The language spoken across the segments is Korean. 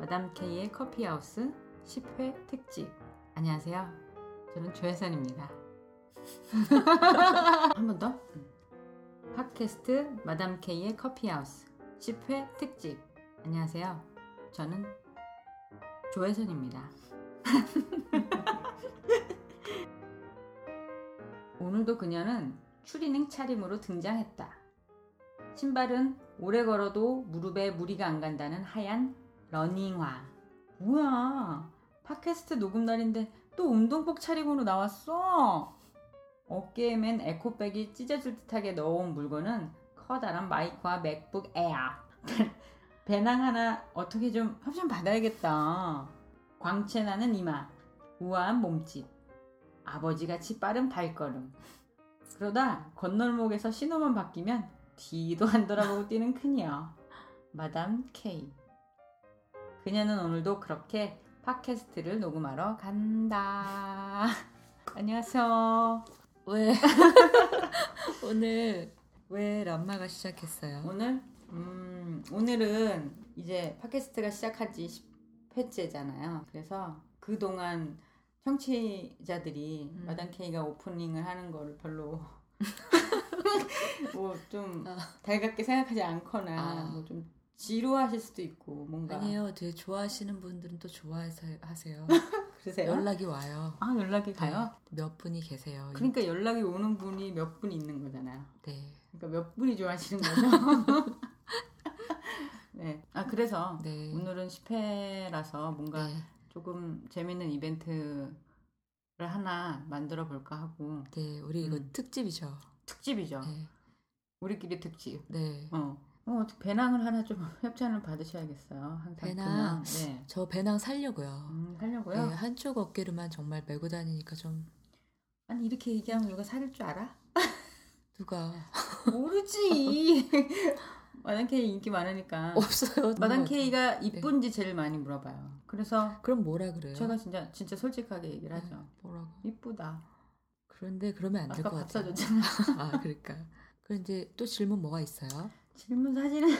마담 K의 커피하우스 10회 특집. 안녕하세요. 저는 조혜선입니다. 한 번 더. 팟캐스트 마담 K의 커피하우스 10회 특집. 안녕하세요. 저는 조혜선입니다. 오늘도 그녀는 추리닝 차림으로 등장했다. 신발은 오래 걸어도 무릎에 무리가 안 간다는 하얀 러닝화. 뭐야? 팟캐스트 녹음 날인데 또 운동복 차림으로 나왔어? 어깨에 맨 에코백이 찢어질 듯하게 넣어온 물건은 커다란 마이크와 맥북 에어. 배낭 하나 어떻게 좀 협찬 받아야겠다. 광채 나는 이마, 우아한 몸집, 아버지같이 빠른 발걸음. 그러다 건널목에서 신호만 바뀌면 뒤도 안 돌아보고 뛰는 큰이요. 마담 K. 그녀는 오늘도 그렇게 팟캐스트를 녹음하러 간다. 안녕하세요. 왜 오늘 왜 람마가 시작했어요? 오늘 음, 오늘은 이제 팟캐스트가 시작한 지 10회째잖아요. 그래서 그동안 청취자들이 음. 마담 K가 오프닝을 하는 거를 별로 뭐 좀 아. 달갑게 생각하지 않거나 아. 뭐 좀 지루하실 수도 있고 뭔가 아니에요. 되게 좋아하시는 분들은 또 좋아해서 하세요. 그러세요? 연락이 와요. 네, 아 연락이 가요? 몇 분이 계세요. 그러니까 연락이 오는 분이 몇 분 있는 거잖아요. 네. 그러니까 몇 분이 좋아하시는 거죠? 네. 아 그래서 네. 오늘은 10회라서 뭔가 네. 조금 재밌는 이벤트를 하나 만들어 볼까 하고 네. 우리 이거 음. 특집이죠. 특집이죠. 네. 우리끼리 특집. 네. 어. 어, 배낭을 하나 좀 협찬을 받으셔야겠어요. 항상 배낭. 그냥. 네. 저 배낭 살려고요. 음, 하려고요. 네, 한쪽 어깨로만 정말 메고 다니니까 좀 아니 이렇게 얘기하면 누가 사줄 줄 알아? 아. 누가 모르지. 마단 K 인기 많으니까. 없어요. 마단 누가 K가 이쁜지 제일 많이 물어봐요. 그래서 어디- 그럼 뭐라 그래요? 제가 진짜 진짜 솔직하게 얘기를 하죠. 네, 뭐라고? 이쁘다. 그런데 그러면 안 될 아까 것 밥 같아요. 사줬잖아. 아, 그러니까. 그럼 이제 또 질문 뭐가 있어요? 질문 사실은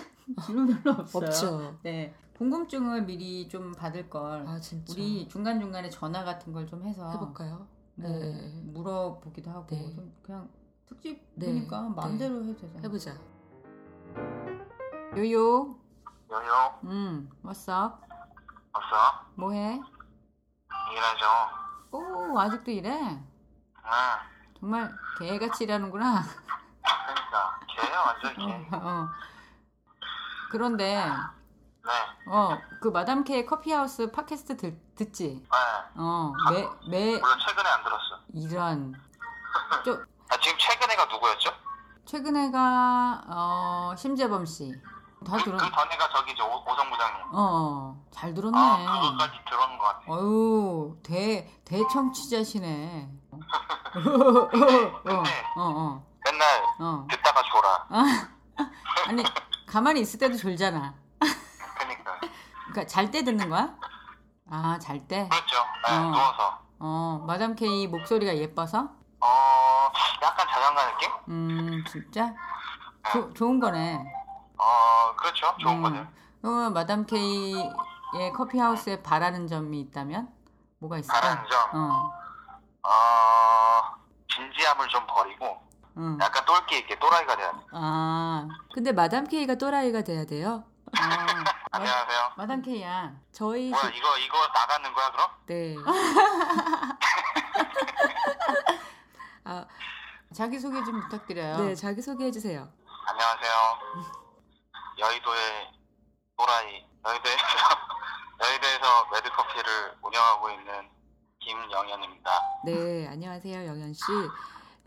질문 별로 없어요. 없죠. 네, 궁금증을 미리 좀 받을 걸 아 진짜. 우리 중간 중간에 전화 같은 걸 좀 해서 해볼까요? 뭐 네. 물어보기도 하고 네. 좀 그냥 네. 특집이니까 마음대로 해도 되잖아. 해보자. 요요, 요요, 음, 왔어? 없어? 뭐해? 일하죠. 오, 아직도 이래? 응, 정말 개같이 일하는구나. 그러니까 걔야 완전 걔. 어. 그런데 네, 어 그 마담 K의 커피하우스 팟캐스트 들- 듣지? 네. 어매매 물론 최근에 안 들었어. 이런 아, 지금 최근에가 누구였죠? 아, 최근에가 어 심재범 씨 다 그, 들었 어, 그 전에가 저기 저 오- 오성 부장님. 어잘 들었네. 아, 그거까지 들은 것 같아. 어유 대 대청취자시네. 어, 근데 어어어 맨날 어, 어. 듣다가 졸아. 아니 가만히 있을 때도 졸잖아. 그러니까. 그러니까 잘 때 듣는 거야? 아 잘 때? 그렇죠. 네, 어. 누워서. 어 마담 K 목소리가 예뻐서? 어, 약간 자장가 느낌? 음 진짜 조- 좋은 거네. 어, 그렇죠. 좋은 음. 거죠. 그러면 마담 K의 커피하우스에 바라는 점이 있다면 뭐가 있을까? 바라는 점. 어, 어, 진지함을 좀 버리고 응. 약간 똘끼 있게 또라이가 돼야 돼. 아, 근데 마담 K가 또라이가 돼야 돼요. 아 마, 안녕하세요. 마담 K야. 저희 아, 뭐야, 그- 이거, 이거 나가는 거야, 그럼? 네. 아, 자기 소개 좀 부탁드려요. 네 자기 소개해 주세요. 안녕하세요. 여의도의 또라이, 여의도에서, 여의도에서 매드커피를 운영하고 있는 김영현입니다. 네 안녕하세요 영현 씨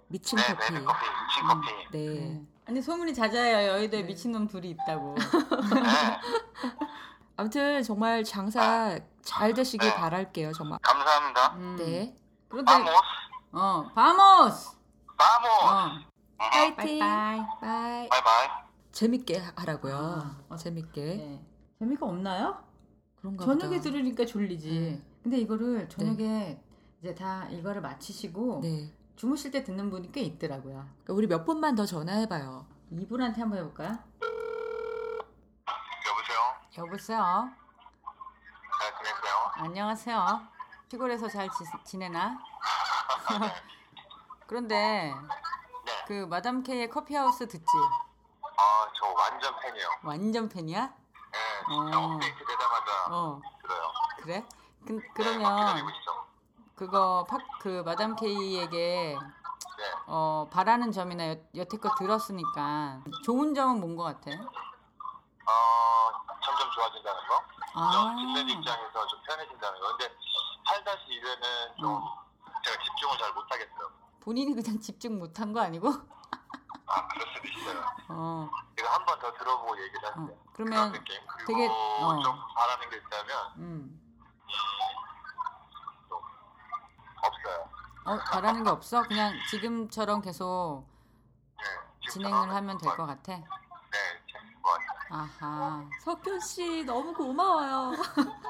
미친 네, 커피. 매드커피, 음. 미친커피. 네. 네. 아니 소문이 자자해요. 여의도에 네. 미친놈 둘이 있다고. 네, 아무튼 정말 장사 잘 되시길 네. 바랄게요 정말. 감사합니다. 음. 네. 그런데 바모스, 어, 바모스. 바모스! 어, 음, 파이팅. 빠이빠이. 바이. 바이바이. 재밌게 하라고요. 아, 어, 재밌게. 네. 재미가 없나요? 그런가 저녁에 보다. 들으니까 졸리지. 네. 근데 이거를 저녁에 이제 다 이거를 마치시고 네. 주무실 때 듣는 분이 꽤 있더라고요. 그러니까 우리 몇 번만 더 전화해봐요. 이분한테 한번 해볼까요? 여보세요? 여보세요. 안녕하세요. 시골에서 잘 지, 내나 그런데 네. 그 마담 K의 커피하우스 듣지? 아, 저 완전 팬이에요. 완전 팬이야? 예, 진짜 어. 업데이트 되자마자 어, 들어요. 그래? 그, 네, 막 기다리고 그러면 있죠. 그거 팍, 그 마담 K에게 네. 어, 바라는 점이나 여, 여태껏 들었으니까 좋은 점은 뭔 것 같아? 어, 점점 좋아진다는 거. 아, 좀 듣는 입장에서 좀 편해진다는 거. 근데 8-1회는 좀 제가 집중을 잘 못하겠어요. 어, 본인이 그냥 집중 못한 거 아니고? 아, 그럴 수도 있어요. 어, 제가 한 번 더 들어보고 얘기를 어. 할게요. 그런 그러면, 느낌. 그리고 되게- 어. 좀 바라는 게 있다면 음, 없어요. 어, 바라는 게 없어? 그냥 지금처럼 계속 네, 지금 진행을 상황은 하면 될 것 같아? 네, 재밌는 것 같아요. 아하. 석현 씨 너무 고마워요.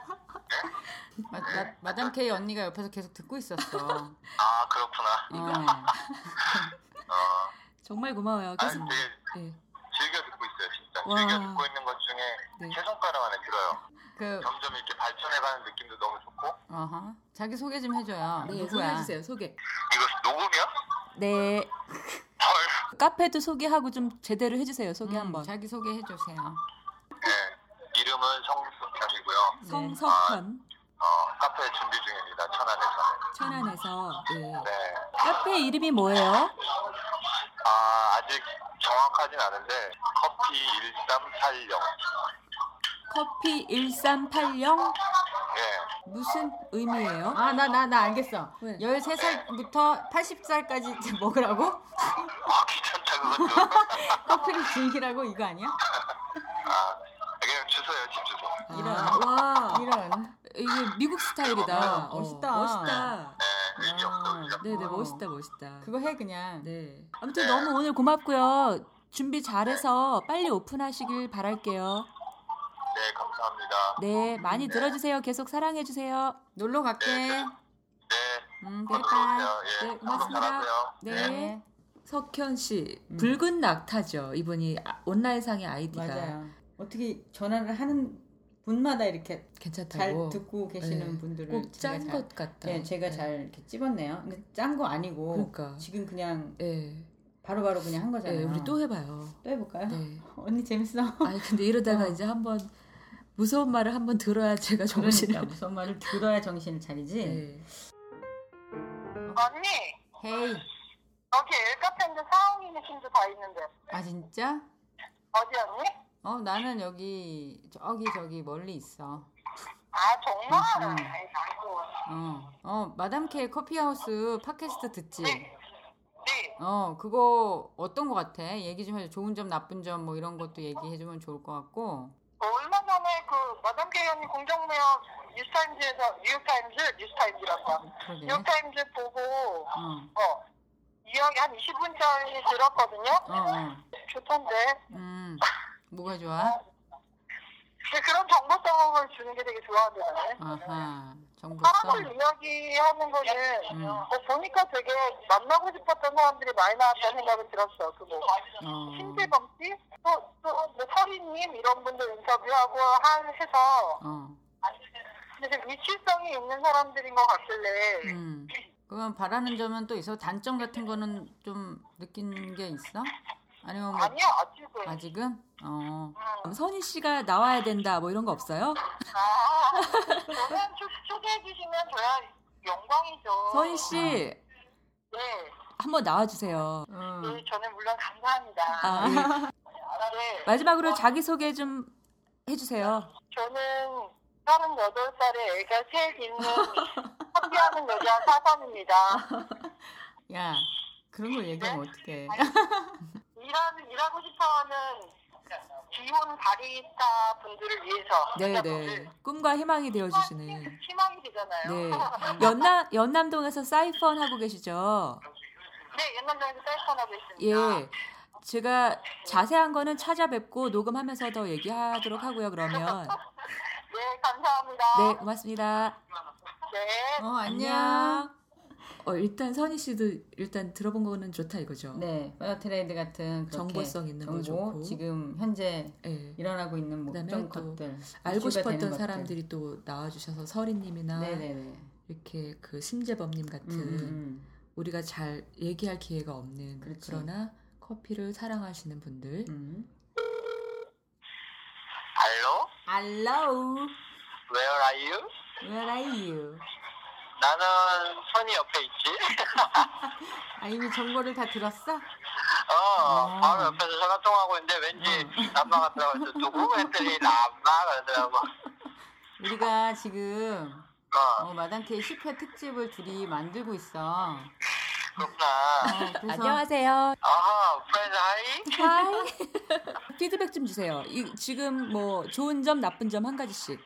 마, 마, 마담 K 언니가 옆에서 계속 듣고 있었어. 아, 그렇구나. 어. 어, 정말 고마워요. 아니, 계속 되게 네, 즐겨 듣고 있어요, 진짜. 와. 즐겨 듣고 있는 것 중에 네. 세 손가락 안에 들어요. 그, 점점 이렇게 발전해가는 느낌도 너무 좋고. 어허. 자기 소개 좀 해줘요. 네 누구야? 소개해 주세요. 소개. 이거 녹음이야? 네 헐. 카페도 소개하고 좀 제대로 해주세요. 소개 한번. 음, 자기 소개 해주세요. 네, 이름은 성숙현이고요. 성석현 어, 카페 준비 중입니다, 천안에서. 천안에서 네. 네. 카페 이름이 뭐예요? 아, 아직 정확하진 않은데, 커피 1380. 커피 1380 예. 무슨 의미예요? 아, 나, 나, 나 알겠어. 왜? 13살부터 80살까지 먹으라고? 아, 귀찮다, 그것도. 커피를 즐기라고 이거 아니야? 아, 그냥 주소요, 집 주소. 이런. 아, 와 이런. 이게 미국 스타일이다. 아, 어, 멋있다. 멋있다. 네, 의미 없어, 의미 없어. 네네 어. 멋있다 멋있다. 그거 해, 그냥. 네. 아무튼 너무 오늘 고맙고요. 준비 잘해서 빨리 오픈하시길 바랄게요. 네, 감사합니다. 네, 많이 들어주세요. 계속 사랑해주세요. 놀러 갈게. 네, 응, 또 빠이빠이. 들어오세요. 예, 네, 방송 고맙습니다. 잘하세요. 네. 석현 씨, 붉은 낙타죠. 이분이 아- 온라인상의 아이디가 음. 맞아요. 어떻게 전화를 하는 분마다 이렇게 잘 괜찮다고. 듣고 계시는 네. 분들을 꼭 제가 짠 잘- 것 같다. 예, 제가 잘 이렇게 찝었네요. 근데 짠 거 아니고 그러니까. 지금 네. 그냥 예. 바로바로 그냥 한 거잖아요. 예, 우리 또 해봐요. 네, 또 해볼까요? 네. 언니 재밌어. 아니 근데 이러다가 어. 이제 한번 무서운 말을 한번 들어야 제가 정신이 그러니까 무슨 말을 들어야 정신을 차리지. 네. 언니, 헤이, 어제 엘카페인데 사원이 느낌도 다 있는데. 아 진짜? 어디 언니? 어 나는 여기 저기 저기 멀리 있어. 아, 정말? 음, 음. 아이고. 어, 어 마담 K 커피하우스 팟캐스트 듣지? 네. 네. 어 그거 어떤 거 같아? 얘기 좀 해줘. 좋은 점, 나쁜 점 뭐 이런 것도 얘기해주면 좋을 것 같고. 얼마 전에 그, 마담 케이 언니 공정무역 뉴스타임즈에서, 뉴욕타임즈? 뉴스타임즈라고. 네. 그러게. 뉴욕타임즈 보고, 어, 어, 이야기 한 20분짜리 들었거든요? 어, 어. 좋던데. 음, 뭐가 좋아? 근데 그런 정보성을 주는 게 되게 좋아하더라고요. 아하, 정보성. 사람들 이야기하는 거는 음. 어, 보니까 되게 만나고 싶었던 사람들이 많이 나왔다는 생각이 들었어. 그거 뭐. 어, 신재범 씨, 또또뭐 서리님 이런 분들 인터뷰하고 한 해서 어, 근데 좀 위치성이 있는 사람들인 것 같길래 음. 그러면 바라는 점은 또 있어? 단점 같은 거는 좀 느낀 게 있어? 아니면 뭐 아니야 아직은 아직은? 어, 음. 선희 씨가 나와야 된다 뭐 이런 거 없어요? 아, 저는 초, 초대해 주시면 저야 영광이죠. 선희 씨 아. 네, 한번 나와 주세요. 어. 네, 저는 물론 감사합니다. 아, 예. 네. 마지막으로 자기 소개 좀 해주세요. 저는 38살에 애가 셋 있는 커피하는 여자 사산입니다. 야, 그런 걸 얘기하면 어떡해. 일하고, 일하고 싶어하는 기혼 바리스타 분들을 위해서 네, 분들 네. 꿈과 희망이 되어 주시는. 희망이- 희망이 되잖아요. 네. 네, 연남 연남동에서 사이펀 하고 계시죠? 네, 옛날에는 셀폰하고 있습니다. 예. 제가 자세한 거는 찾아뵙고 녹음하면서 더 얘기하도록 하고요. 그러면 네, 감사합니다. 네, 고맙습니다. 네. 어, 안녕. 어, 일단 선희 씨도 일단 들어본 거는 좋다 이거죠. 네, 페어 트레이드 같은 그렇게 정보성 있는 거 정보, 좋고. 지금 현재 예. 일어나고 있는 그다음에 모든 또 것들 알고 이슈가 되는 싶었던 것들. 사람들이 또 나와주셔서 서리님이나 네네네. 이렇게 그 심재범님 같은 음, 음, 음. 우리가 잘 얘기할 기회가 없는 그렇지. 그러나 커피를 사랑하시는 분들 음. Hello? Hello, Where are you? where are you? 나는 선이 옆에 있지. 아 이미 정보를 다 들었어? 어, 아. 바로 옆에서 전화 통하고 있는데 왠지 남마가 들어가서 누구 했더니 남마 그러더라고. 우리가 지금 어, 어, 마당케이 10회 특집을 둘이 만들고 있어. 그렇구나. 어, 그래서 안녕하세요. 아하, friend hi. 하이. 피드백 좀 주세요. 이, 지금 뭐 좋은 점 나쁜 점 한 가지씩.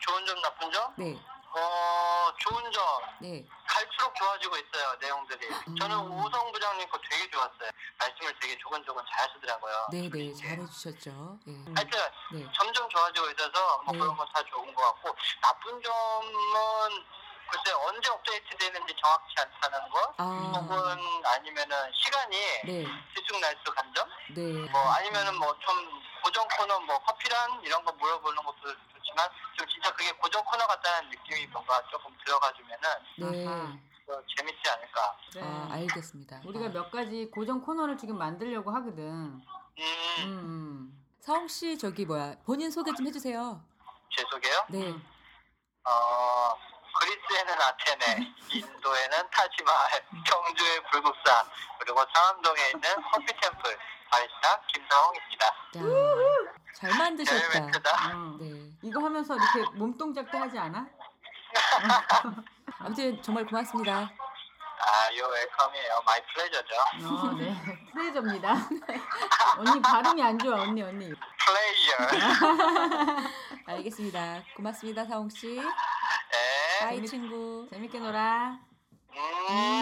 좋은 점, 나쁜 점? 네, 어, 좋은 점. 네. 갈수록 좋아지고 있어요, 내용들이. 저는 음. 우성 부장님 거 되게 좋았어요. 말씀을 되게 조곤조곤 잘 하시더라고요. 네네 잘해주셨죠. 예. 하여튼, 네. 점점 좋아지고 있어서 뭐 네. 그런 건 다 좋은 것 같고, 나쁜 점은 글쎄 언제 업데이트 되는지 정확치 않다는 것? 아, 혹은 아니면은 시간이 네, 들쑥날쑥 한 점? 네. 뭐 아니면은 뭐 좀 고정 코너 뭐 커피란 이런 거 물어보는 것도 좋지만 좀 진짜 그게 고정 코너 같다는 느낌이 뭔가 조금 들어가주면은 네. 아하, 더 재밌지 않을까. 그래. 아, 알겠습니다. 우리가 아. 몇 가지 고정 코너를 지금 만들려고 하거든. 음, 음, 음. 서홍 씨 저기 뭐야 본인 소개 좀 해주세요. 제 소개요? 네. 음. 어, 그리스에는 아테네, 인도에는 타지마할, 경주의 불국산, 그리고 상암동에 있는 커피 템플 바리스타 김사홍입니다. 자, 잘 제일 만드셨다. 멘트다. 어. 네. 이거 하면서 이렇게 몸 동작도 하지 않아? 아무튼 정말 고맙습니다. 아, 요 웰컴이에요. 마이 플레저죠. 어, 네. 트레저입니다. 언니 발음이 안 좋아, 언니, 언니. 플레이어. 알겠습니다. 고맙습니다, 사홍 씨. 네. 빠이 친구. 재밌게 놀아. 음.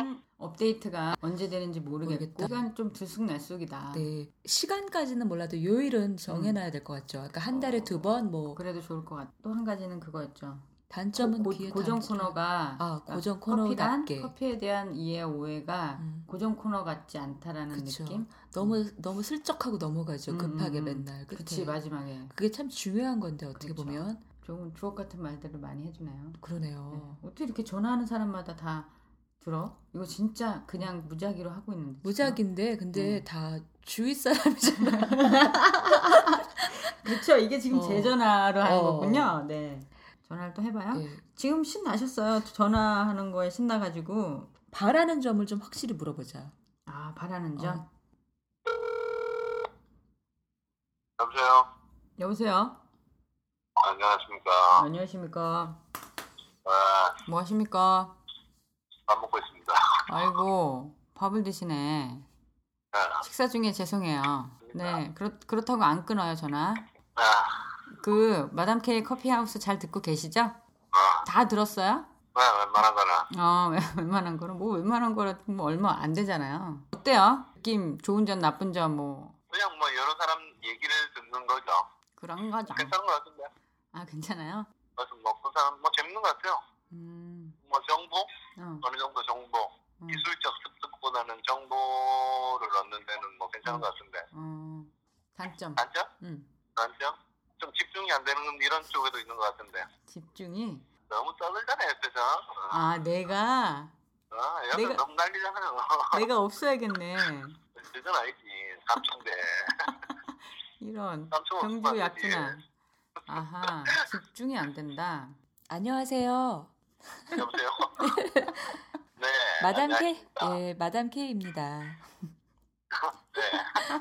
음. 업데이트가 언제 되는지 모르겠고 네. 모르겠다. 시간 좀 들쑥날쑥이다. 네. 시간까지는 몰라도 요일은 정해놔야 될 것 같죠. 그러니까 한 달에 두 번, 뭐 그래도 좋을 것 같아. 또 한 가지는 그거였죠. 단점은 고- 귀에 고정 담지. 코너가 그러니까 아, 고정 커피란 코너답게. 커피에 대한 이해 오해가 음. 고정 코너 같지 않다라는 그쵸. 느낌. 너무 너무 슬쩍하고 넘어가죠. 음, 급하게 음, 음. 맨날. 끝에. 그렇지 마지막에 그게 참 중요한 건데 어떻게 그렇죠. 보면 조금 주옥 같은 말들을 많이 해주네요. 그러네요. 네. 어떻게 이렇게 전화하는 사람마다 다 들어? 이거 진짜 그냥 무작위로 하고 있는데. 지금? 어. 무작인데 근데 음. 다 주위 사람이잖아. 그렇죠. 이게 지금 어. 제 전화로 한 어. 거군요. 네. 전화를 또 해봐요. 네. 지금 신나셨어요. 전화하는 거에 신나가지고. 바라는 점을 좀 확실히 물어보자. 아, 바라는 점. 어. 여보세요. 여보세요? 안녕하십니까. 안녕하십니까? 아, 뭐 하십니까? 밥 먹고 있습니다. 아이고, 밥을 드시네. 아, 식사 중에 죄송해요. 네, 그렇, 그렇다고 안 끊어요, 전화. 아, 그, 마담 K 커피하우스 잘 듣고 계시죠? 아, 다 들었어요? 아, 웬만한 거나. 어, 웬- 웬만한 거는, 뭐, 웬만한 거라 뭐 얼마 안 되잖아요. 어때요? 느낌, 좋은 점, 나쁜 점, 뭐, 그냥 뭐 여러 사람 얘기를 듣는 거죠. 그런 거죠. 괜찮은 것 같은데. 아, 괜찮아요? 그래서 뭐그 사람 뭐 재밌는 것 같아요. 음, 뭐 정보 어, 어느 정도 정보 음. 기술적 습득보다는 정보를 얻는 데는 뭐 괜찮은 것 같은데 어, 단점. 단점? 음, 단점? 좀 집중이 안 되는 이런 쪽에도 있는 것 같은데 집중이. 너무 떠들잖아요 옆에서 아, 내가, 어, 옆에서 아, 내가- 너무 난리잖아요 내가 없어야겠네. 그건 아니지 삼촌데 이런. 삼촌 경주 없으면 안 되지. 약주나. 아하, 집중이 안 된다. 안녕하세요. 여보세요? 네 마담 안녕. K. 예, 마담 K입니다. 네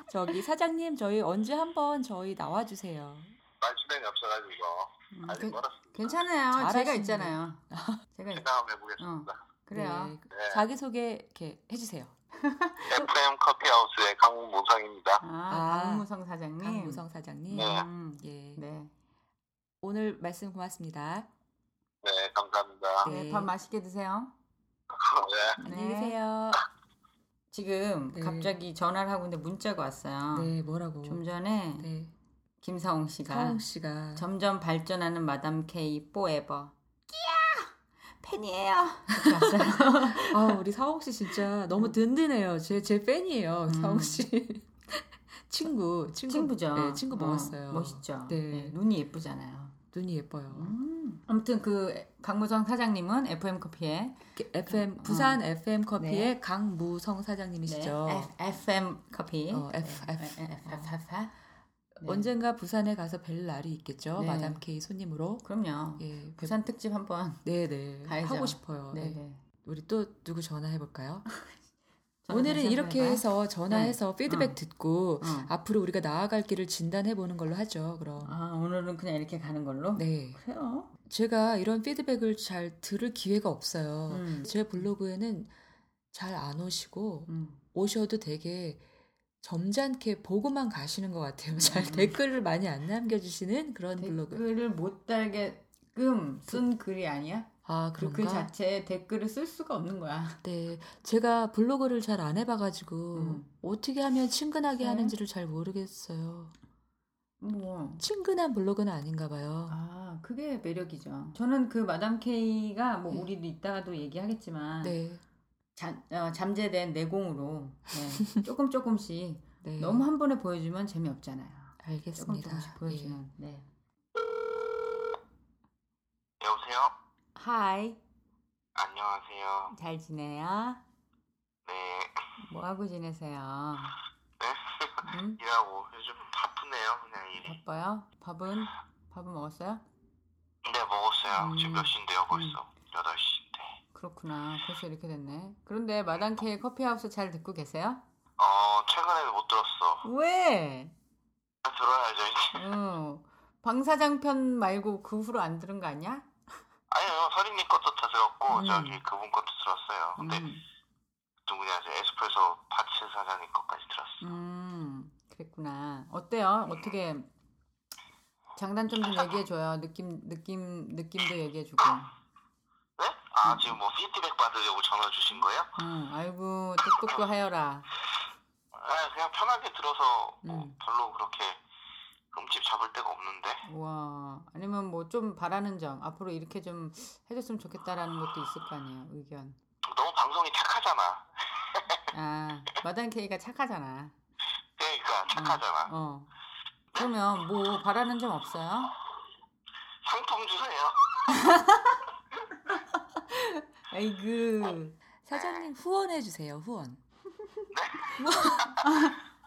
저기 사장님 저희 언제 한번 저희 나와 주세요. 말주변이 없어가지고 음, 아직 괜- 멀었습니다 괜찮아요. 제가 잘하시는데. 있잖아요. 제가 있... 어, 생각 한번 해보겠습니다 네, 그래요. 네. 자기 소개 이렇게 해 주세요. 그 FM 커피하우스의 강문성입니다 아, 아, 강무성 사장님. 강무성 사장님. 네. 음, 예. 네. 오늘 말씀 고맙습니다. 네 감사합니다 네, 네. 밥 맛있게 드세요. 네. 안녕히 네. 계세요. 지금 네. 갑자기 전화를 하고 있는데 문자가 왔어요. 네, 뭐라고? 아. 좀 전에 네. 김사홍 씨가 사홍 씨가 점점 발전하는 마담 K 포에버. 끼야! 팬이에요. 아, 우리 사옥 씨 진짜 너무 든든해요. 제, 제 팬이에요. 음. 사옥 씨. 친구, 친구. 친구죠. 네, 친구 먹었어요. 어, 멋있죠. 네. 네, 눈이 예쁘잖아요. 눈이 예뻐요. 음. 아무튼 그 강무성 사장님은 FM 커피에 FM, 어. 부산 FM 커피의 강무성 사장님이시죠. 네, F, FM 커피 어, F, 네, F. F, F, F, F. 네. 언젠가 부산에 가서 뵐 날이 있겠죠. 네. 마담 K 손님으로. 그럼요. 예, 뵙- 부산 특집 한번. 네네 가야죠. 하고 싶어요. 네. 예. 네. 우리 또 누구 전화해 볼까요? 아, 전화 오늘은 다시 한번 이렇게 해봐요. 해서 전화해서 피드백 어. 듣고 어. 앞으로 우리가 나아갈 길을 진단해 보는 걸로 하죠. 그럼 아 오늘은 그냥 이렇게 가는 걸로. 네 그래요. 제가 이런 피드백을 잘 들을 기회가 없어요. 음. 제 블로그에는 잘 안 오시고 음. 오셔도 되게 점잖게 보고만 가시는 것 같아요. 잘 댓글을 많이 안 남겨주시는 그런 블로그. 음. 댓글을 못 달게끔 쓴 글이 아니야? 아 그 그런가? 글 자체에 댓글을 쓸 수가 없는 거야. 네, 제가 블로그를 잘 안 해봐가지고 음. 어떻게 하면 친근하게 네. 하는지를 잘 모르겠어요. 어. 뭐. 친근한 블로그는 아닌가 봐요. 아, 그게 매력이죠. 저는 그 마담 K가 뭐 네. 우리 이따가도 얘기하겠지만 네, 잠, 어, 잠재된 내공으로 네, 조금 조금씩 네, 너무 한 번에 보여주면 재미없잖아요. 조금 알겠습니다. 조금씩 예. 보여주면. 네. 여보세요? 하이, 안녕하세요. 잘 지내요? 네. 뭐 하고 지내세요? 네? 응? 일하고 요즘 바쁘네요. 그냥 일이. 바빠요? 밥은 밥은 먹었어요? 네, 먹었어요. 음. 지금 몇 시인데요, 벌써? 8시인데. 그렇구나. 벌써 이렇게 됐네. 그런데 마담 K 커피하우스 잘 듣고 계세요? 어, 최근에는 못 들었어. 왜? 들어야죠, 이제. 어, 방사장 편 말고 그 후로 안 들은 거 아니야? 아니요, 서린님 것도 다 들었고, 음. 저기 그분 것도 들었어요. 근데 음. 누구냐, 저 에스프레소 파츠 사장님 것까지 들었어. 음, 그랬구나. 어때요? 어떻게 장단점 좀 얘기해 줘요. 느낌 느낌 느낌도 얘기해 주고. 네? 음. 아, 지금 뭐 피드백 받으려고 전화 주신 거예요? 응, 음, 아이고 똑똑도 하여라. 아, 그냥 편하게 들어서 뭐 음. 별로 그렇게 흠집 잡을 데가 없는데. 우와. 아니면 뭐 좀 바라는 점 앞으로 이렇게 좀 해줬으면 좋겠다라는 것도 있을 거 아니에요. 의견. 너무 방송이 착하잖아. 아 마단 K가 착하잖아. 음. 그러니까 착하잖아. 어. 그러면 뭐 바라는 점 없어요? 상품 주세요. 아이고. 사장님 후원해 주세요. 후원.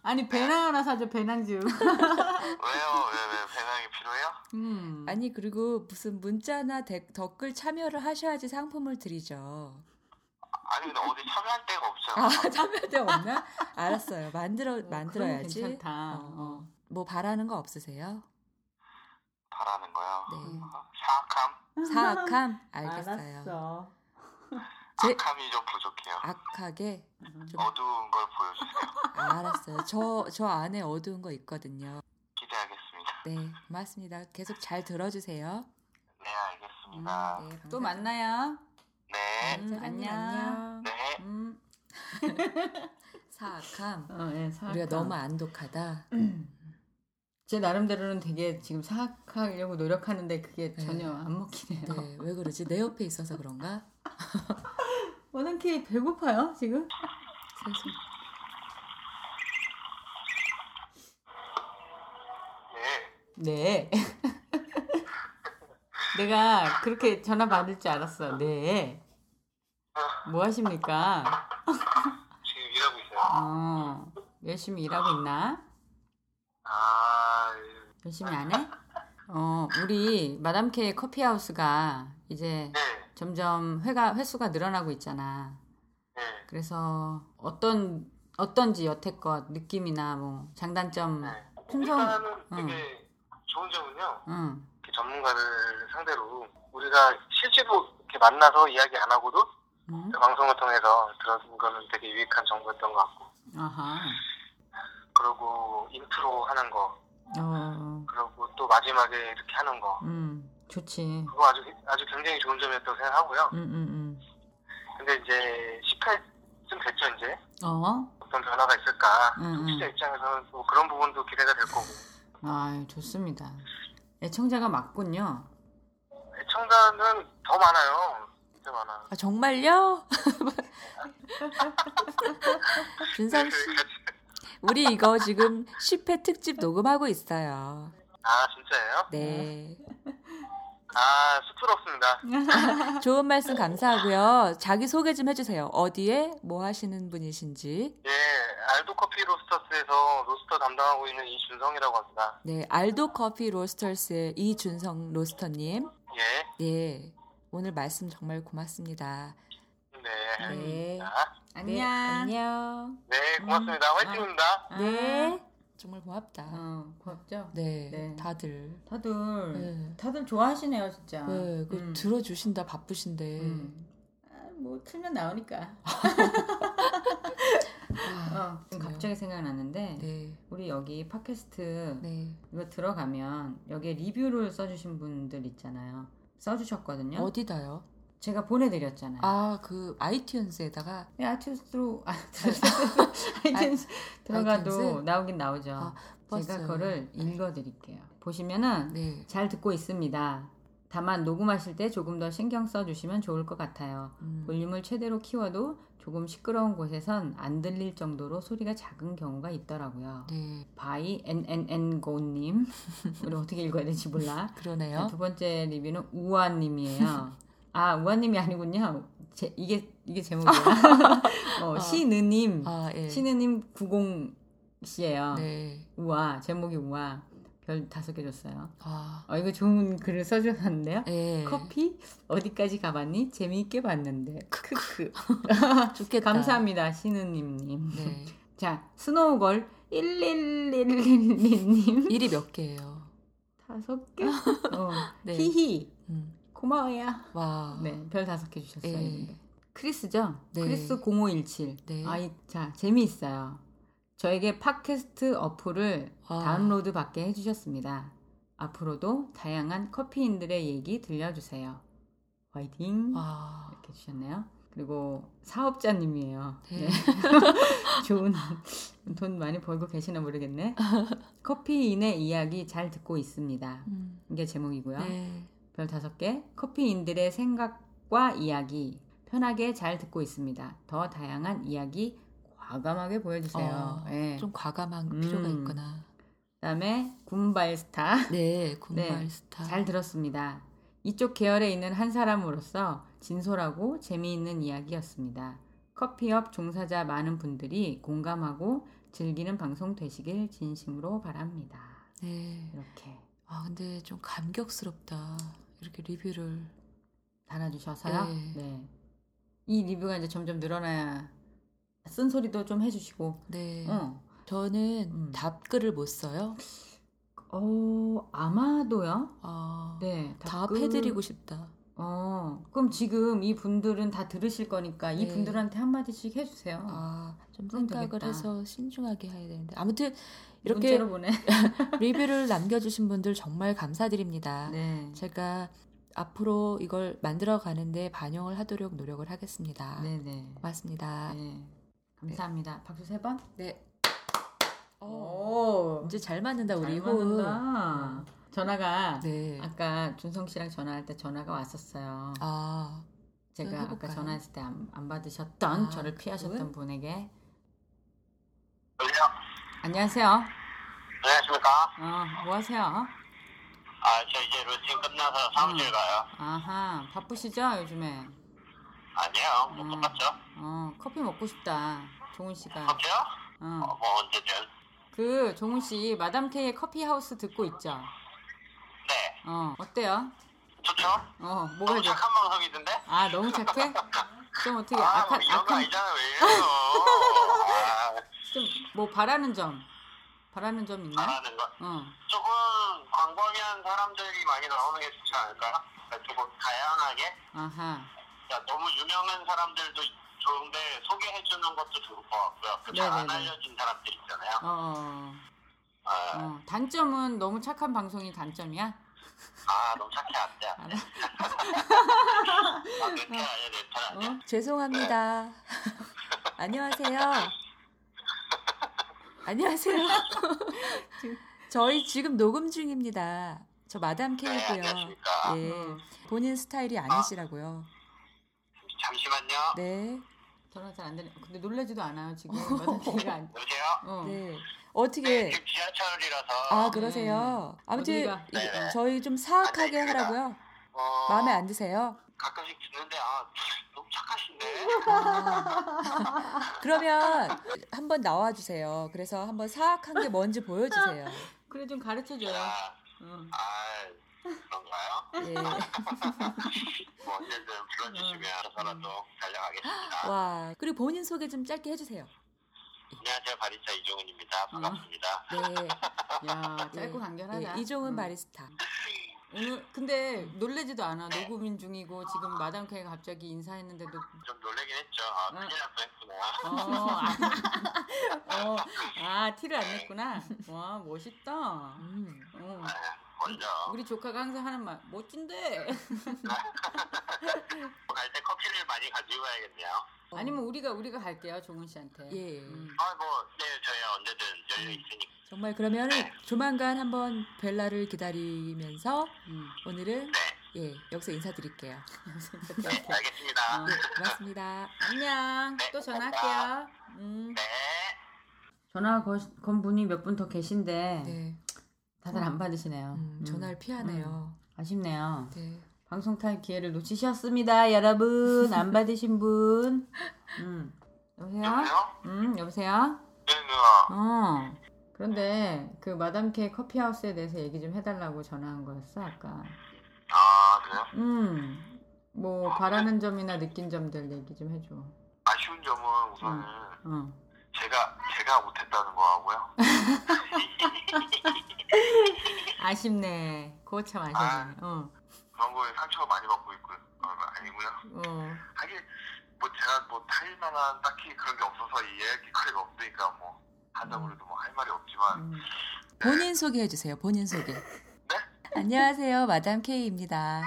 아니 배낭 하나 사줘 배낭주. 왜요? 왜, 왜 배낭이 필요해요? 음. 아니 그리고 무슨 문자나 댓- 댓글 참여를 하셔야지 상품을 드리죠. 아니, 근데 어디 참여할 데가 없잖아. 아 참여대 없나? 알았어요. 만들어 어, 만들어야지. 그럼 괜찮다. 어. 어, 뭐 바라는 거 없으세요? 바라는 거요. 네. 사악함? 사악함 알겠어요. 어. 알았어. 제- 악함이 좀 부족해요. 악하게 좀 어두운 걸 보여주세요. 알았어요. 저 저 안에 어두운 거 있거든요. 기대하겠습니다. 네, 고맙습니다. 계속 잘 들어주세요. 네, 알겠습니다. 네, 아. 또 감사합니다. 만나요. 네. 음, 사장님, 안녕. 네. 음. 사악함. 어, 예, 사악함. 우리가 너무 안독하다. 제 나름대로는 되게 지금 사악하려고 노력하는데 그게 네. 전혀 안 먹히네요. 네, 왜 그러지? 내 옆에 있어서 그런가? 원한 케이 배고파요 지금? 세상. 네. 네. 내가 그렇게 전화 받을 줄 알았어. 네. 뭐 하십니까? 지금 일하고 있어요. 어, 열심히 일하고 있나? 아, 열심히 안 해? 어, 우리 마담 K 커피하우스가 이제 네. 점점 회가 횟수가 늘어나고 있잖아. 네. 그래서 어떤 어떤지 여태껏 느낌이나 뭐 장단점 네. 충성 일단은 되게 좋은 점은요. 응. 이렇게 전문가를 상대로 우리가 실제로 이렇게 만나서 이야기 안 하고도 응? 방송을 통해서 들은 거는 되게 유익한 정보였던 것 같고 아하. 그리고 인트로 하는 거 어. 그리고 또 마지막에 이렇게 하는 거 음. 좋지. 그거 아주 아주 굉장히 좋은 점이었다고 생각하고요. 음, 음, 근데 이제 18쯤 됐죠 이제 음. 어? 어떤 변화가 있을까 응, 청취자 응. 입장에서는 뭐 그런 부분도 기대가 될 거고 아, 좋습니다. 애청자가 맞군요. 애청자는 더 많아요. 진짜 많아요. 아, 정말요? 네, 준성 씨, 우리 이거 지금 10회 특집 녹음하고 있어요. 아 진짜예요? 네. 아 쑥스럽습니다. 좋은 말씀 감사하고요. 자기 소개 좀 해주세요. 어디에 뭐 하시는 분이신지. 예, 알도 커피 로스터스에서 로스터 담당하고 있는 이준성이라고 합니다. 네, 알도 커피 로스터스의 이준성 로스터님. 예, 네, 오늘 말씀 정말 고맙습니다. 네, 네. 안녕. 네, 안녕. 네 고맙습니다. 화이팅입니다. 아, 네, 정말 고맙다. 어, 고맙죠? 네, 네. 다들. 다들 네. 다들 좋아하시네요, 진짜. 네, 그 음, 들어주신다 네. 바쁘신데. 음. 아, 뭐 틀면 나오니까. 아, 어, 지금 그래요? 갑자기 생각났는데 네, 우리 여기 팟캐스트 네. 이거 들어가면 여기에 리뷰를 써주신 분들 있잖아요. 써주셨거든요. 어디다요? 네. 제가 보내드렸잖아요. 아, 그 아이튠즈에다가 네, 아티스트로 아, 아이튠즈 들어가도 아이튠즈? 나오긴 나오죠. 아, 제가 봤어요. 그거를 네. 읽어드릴게요. 보시면은 네. 잘 듣고 있습니다. 다만 녹음하실 때 조금 더 신경 써주시면 좋을 것 같아요. 음. 볼륨을 최대로 키워도 조금 시끄러운 곳에선 안 들릴 정도로 소리가 작은 경우가 있더라고요. 네, 바이 NNN고님. 우리 어떻게 읽어야 될지 몰라. 그러네요. 두 번째 리뷰는 우아님이에요. 아, 우아님이 아니군요. 제, 이게, 이게 제목이에요. 어, 아. 신은님. 아, 예. 신은님 90씨예요. 네. 우아. 제목이 우아. 별 다섯 개 줬어요. 아, 어, 이거 좋은 글을 써주셨는데요. 예. 커피 어디까지 가봤니? 재미있게 봤는데. 크크. 좋겠다. 감사합니다, 신은님님. 네. 자, 스노우걸 11111님 일이 몇 개예요? 다섯 개. 어. 네. 히히 음. 고마워요. 와. 네, 별 다섯 개 주셨어요. 예. 이분들. 크리스죠? 네. 크리스 0517. 네. 아이, 자, 재미있어요. 저에게 팟캐스트 어플을 와. 다운로드 받게 해주셨습니다. 앞으로도 다양한 커피인들의 얘기 들려주세요. 화이팅! 와. 이렇게 주셨네요. 그리고 사업자님이에요. 네. 네. 좋은 돈 많이 벌고 계시나 모르겠네. 커피인의 이야기 잘 듣고 있습니다. 음. 이게 제목이고요. 네. 별 다섯 개 커피인들의 생각과 이야기 편하게 잘 듣고 있습니다. 더 다양한 이야기 과감하게 보여주세요. 어, 예. 좀 과감한 음. 필요가 있구나. 그다음에 군발스타 네, 군발스타. 잘 들었습니다. 이쪽 계열에 있는 한 사람으로서 진솔하고 재미있는 이야기였습니다. 커피업 종사자 많은 분들이 공감하고 즐기는 방송 되시길 진심으로 바랍니다. 네. 이렇게 아, 근데 좀 감격스럽다. 이렇게 리뷰를. 달아주셔서요. 네. 네. 이 리뷰가 이제 점점 늘어나야 쓴소리도 좀 해주시고. 네. 어. 저는 음. 답글을 못 써요. 어, 아마도요? 아, 네. 답글- 답해드리고 싶다. 어, 그럼 지금 이 분들은 다 들으실 거니까 이 네. 분들한테 한마디씩 해주세요. 어, 아, 좀 그럼 생각을 되겠다. 해서 신중하게 해야 되는데. 아무튼 이렇게 문자로 보내. 리뷰를 남겨주신 분들 정말 감사드립니다. 네. 제가 앞으로 이걸 만들어 가는데 반영을 하도록 노력을 하겠습니다. 네네. 고맙습니다. 네. 감사합니다. 박수 세 번. 네. 어, 오. 이제 잘 맞는다 잘 우리 호흡. 맞는다. 전화가 네. 아까 준성 씨랑 전화할 때 전화가 왔었어요. 아, 제가 그럼 아까 해볼까요? 전화했을 때 안 받으셨던 아, 저를 피하셨던 그분? 분에게 여보세요? 안녕하세요. 네, 안녕하십니까? 어, 뭐 하세요? 아 저 이제 루틴 끝나서 사무실 음. 가요. 아하, 바쁘시죠 요즘에? 아니요, 못 음. 똑같죠? 어, 커피 먹고 싶다. 종훈 씨가. 커피요? 어, 어. 뭐 언제든. 그 종훈 씨 마담 K의 커피 하우스 듣고 있죠? 네, 어, 어때요? 좋죠? 어, 뭐가 너무 좋? 착한 방송이던데? 아, 너무 착해? 좀 어떻게 아, 악한 우리 이런 거 악한 아니잖아, 왜 이래요? 아, 좀뭐 바라는 점 바라는 점 있나요? 잘하는 거. 어. 조금 광범위한 사람들이 많이 나오는 게 좋지 않을까요? 그러니까 조금 다양하게. 아하. 그러니까 너무 유명한 사람들도 좋은데 소개해주는 것도 좋을 것 같고요. 그 잘 안 네네네. 알려진 사람들 있잖아요. 어, 어. 아, 어. 단점은 너무 착한 방송이 단점이야? 아, 너무 착해, 안 돼. 알아. 아, 그렇게 아니야, 내 차례 안 돼. 어? 죄송합니다. 안녕하세요. 안녕하세요. 저희 지금 녹음 중입니다. 저 마담 네, K고요. 네. 음. 안녕하십니까. 예. 본인 스타일이 아니시라고요. 감사합니다. 네. 전화 잘 안 되네. 근데 놀라지도 않아요 지금. 마당기가 안. 여보세요? 어. 네. 네, 어떻게 지금 지하철이라서 아, 그러세요. 아무튼 음. 어디가? 이- 네. 저희 좀 사악하게 앉아있습니다. 하라고요. 어, 마음에 안 드세요? 가끔씩 듣는데 아 너무 착하신데 아. 그러면 한번 나와 주세요. 그래서 한번 사악한 게 뭔지 보여 주세요. 그래 좀 가르쳐 네. 줘요. 아, 어. 아 그런가요? 예. 뭐 언제든 불러주시면 음. 알아서라도 달려가겠습니다. 와. 그리고 본인 소개 좀 짧게 해 주세요. 안녕하세요 바리스타 이종훈입니다. 음. 반갑습니다. 네. 야 예. 짧고 간결하다. 음. 예, 이종은 음. 응. 바리스타. 오늘 근데 놀래지도 않아. 녹음인 중이고 지금 마당캐가 갑자기 인사했는데도 좀 놀라긴 했죠. 아, 음. 응. 큰일 날 뻔했구나. 어, 아, 어, 아 티를 안 냈구나. 와 멋있다. 음. 어. 먼저 우리 조카가 항상 하는 말 멋진데. 어. 뭐, 갈 때 커피를 많이 가지고 가야겠네요. 어. 아니면 우리가 우리가 갈게요 종훈 씨한테. 예. 음. 아뭐네 저희 언제든 열려 있으니까 정말 그러면 조만간 한번 뵐 날을 기다리면서 음. 오늘은 예, 여기서 인사드릴게요. 네 알겠습니다. 어. 예, 고맙습니다. 안녕. 네, 또 전화할게요. 감사합니다. 음. 네. 전화 거- 건 분이 몇 분 더 계신데 네. 다들 안 받으시네요. 음, 음. 전화를 피하네요. 아쉽네요. 네. 방송 탈 기회를 놓치셨습니다, 여러분. 안 받으신 분. 음. 여보세요? 여보세요? 음, 여보세요? 네 누나. 어. 그런데 그 마담 K 커피하우스에 대해서 얘기 좀 해달라고 전화한 거였어, 아까. 아 그래요? 음. 뭐 바라는 점이나 느낀 점들 얘기 좀 해줘. 아쉬운 점은 음. 우선은 어. 제가 제가 못했다는 거하고요. 아쉽네. 그거 참 아쉽네. 어. 그런 거에 상처가 많이 받고 있고요. 어, 아니고요. 어. 하긴 뭐 제가 뭐 탈 만한 딱히 그런 게 없어서 이야기 거리가 없으니까 뭐 한다고 그래도 뭐 할 말이 없지만 음. 본인 소개해 주세요. 본인 소개. 안녕하세요. 마담 K입니다.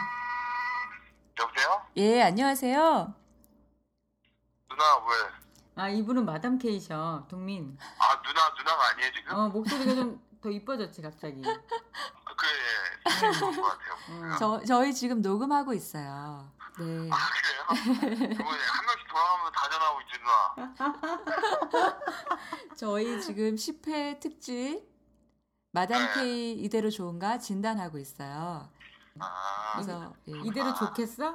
여보세요? 예, 안녕하세요. 누나 왜? 아, 이분은 마담 K셔. 동민. 아 누나 누나가 아니에요 지금? 어, 목소리가 좀 더 이뻐졌지, 갑자기. 아, 그래 예. 그런 것 같아요. 음. 저 저희 지금 녹음하고 있어요. 네. 아 그래요? 이번에 한 명씩 돌아가면서 다 전화하고 있지 누나. 저희 지금 10회 특집 마담 K 이대로 좋은가 진단하고 있어요. 아, 그래서 예. 이대로 좋겠어?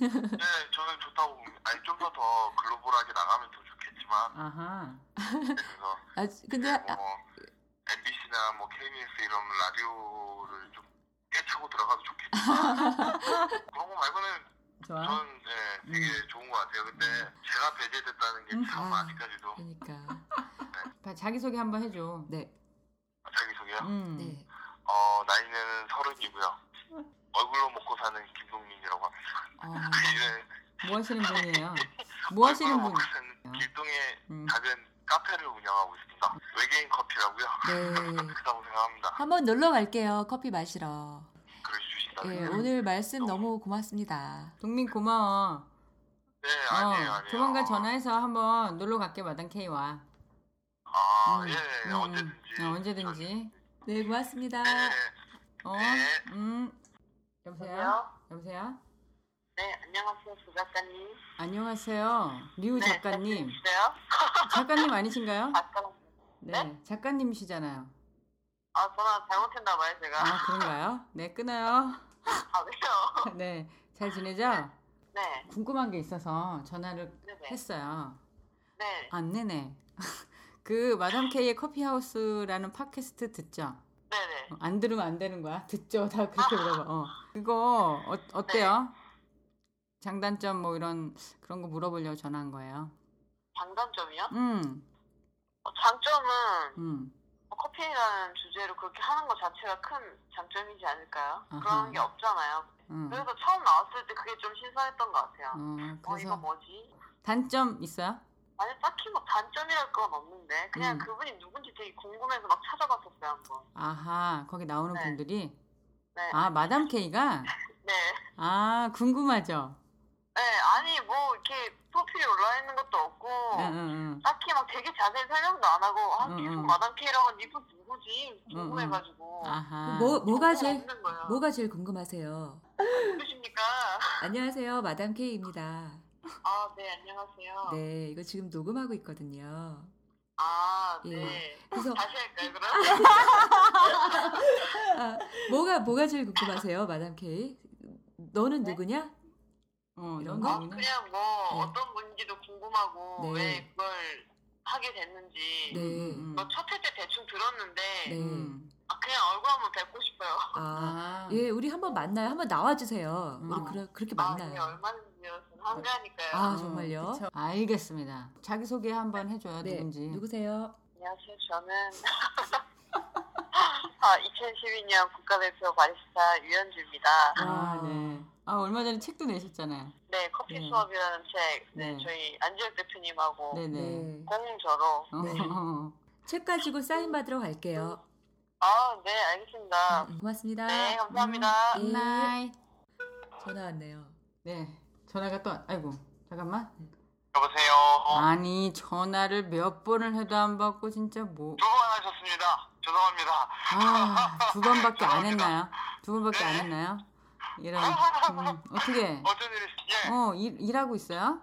네 저는 좋다고 봅니다. 아니 좀 더 더 글로벌하게 나가면 더 좋겠지만 아하. 그래서 아, 근데 아, 뭐 MBC나 뭐 KBS 이런 라디오를 좀 깨차고 들어가도 좋겠지만 그런 거 말고는 좋아. 저는 예, 되게 좋은 것 같아요. 근데 제가 배제됐다는 음. 게 참 아. 아직까지도 그러니까 다 자기소개 한번 해줘. 네. 아, 자기소개요. 음. 네. 어 나이는 서른이고요. 얼굴로 먹고 사는 김동민이라고 합니다. 어, 예, 뭐 하시는 분이에요? 음. 뭐 하시는 분? 얼굴로 먹고 사는 길동에 음. 작은 카페를 운영하고 있습니다. 외계인 커피라고요. 네. 그렇다고 생각합니다. 한번 놀러 갈게요. 커피 마시러. 그러시다. 예, 음. 오늘 말씀 너무 고맙습니다. 동민 고마워. 네 아니에요 어, 아니에요. 조만간 전화해서 한번 놀러 갈게 마당 K 와. 아, 음, 예, 음, 언제든지. 어, 언제든지. 네, 고맙습니다. 예, 어, 네. 음. 여보세요? 여보세요? 여보세요? 네, 안녕하세요, 조 작가님. 안녕하세요. 류 네, 작가님. 있어요? 작가님 아니신가요? 아까 네. 작가님이시잖아요. 아, 전화 잘못했나 봐요, 제가. 아, 그런가요? 네, 끊어요. 아, 왜요? 네. 잘 지내죠? 네, 궁금한 게 있어서 전화를 네, 네. 했어요. 네. 안 내네. 그 마담 K의 커피 하우스라는 팟캐스트 듣죠? 네네. 어, 안 들으면 안 되는 거야. 듣죠? 다 그렇게 물어봐. 어. 그거 어, 어때요? 장단점 뭐 이런 그런 거 물어보려고 전화한 거예요. 장단점이요? 음, 어, 장점은 음, 뭐 커피라는 주제로 그렇게 하는 것 자체가 큰 장점이지 않을까요? 아하. 그런 게 없잖아요. 음. 그래서 처음 나왔을 때 그게 좀 신선했던 것 같아요. 어, 어, 이거 그래서 뭐지? 단점 있어요? 아니 딱히 뭐 단점이랄 건 없는데 그냥 음. 그분이 누군지 되게 궁금해서 막 찾아봤었어요 한번. 아하, 거기 나오는 네. 분들이 네, 아 마담 K가 네, 아 궁금하죠. 네 아니 뭐 이렇게 프로필에 올라 있는 것도 없고 응, 응, 딱히 막 되게 자세히 설명도 안 하고 아 음, 계속 음. 마담 케이라고 이분 누구지 음, 음. 궁금해가지고 응. 아하. 뭐 뭐가 정보가 제일 없는 거예요. 뭐가 제일 궁금하세요? 누구십니까? 안녕하세요. 마담 K입니다. 아, 네, 안녕하세요. 네, 이거 지금 녹음하고 있거든요. 아, 예. 네. 그래서 다시 할까요, 그럼? 아, 뭐가 뭐가 제일 궁금하세요, 마담 K? 너는 네? 누구냐? 어, 이런 넌 어, 누구냐? 그냥 뭐 네. 어떤 분인지도 궁금하고 네. 왜 그걸 하게 됐는지 네. 음, 음, 뭐 첫 회때 대충 들었는데 네. 음. 아, 그냥 얼굴 한번 뵙고 싶어요. 아, 아, 예, 우리 한번 만나요. 한번 나와주세요. 음. 우리 그러, 그렇게 아, 이게 만나요. 얼마든지 한가니까요. 아, 어, 정말요? 그쵸. 알겠습니다. 자기 소개 한번 해줘요. 네, 누군지. 누구세요? 안녕하세요. 저는 아, 2012년 국가대표 바리스타 유현주입니다. 아, 네. 아, 얼마 전에 책도 내셨잖아요. 네, 커피 네. 수업이라는 책 네, 네. 저희 안지혁 대표님하고 어, 네네. 네. 공저로 어, 네. 어. 책 가지고 사인 받으러 갈게요. 아, 네, 알겠습니다. 음, 고맙습니다. 네, 감사합니다. 음, 예, 굿나잇. 전화 왔네요. 네. 전화가 또, 아이고, 잠깐만. 여보세요. 어. 아니, 전화를 몇 번을 해도 안 받고, 진짜 뭐. 두 번 하셨습니다. 죄송합니다. 아, 두 번밖에 안 했나요? 두 번밖에 안 했나요? 이런, 음, 어떻게, 어쩐 일이 예. 어, 일, 일하고 있어요?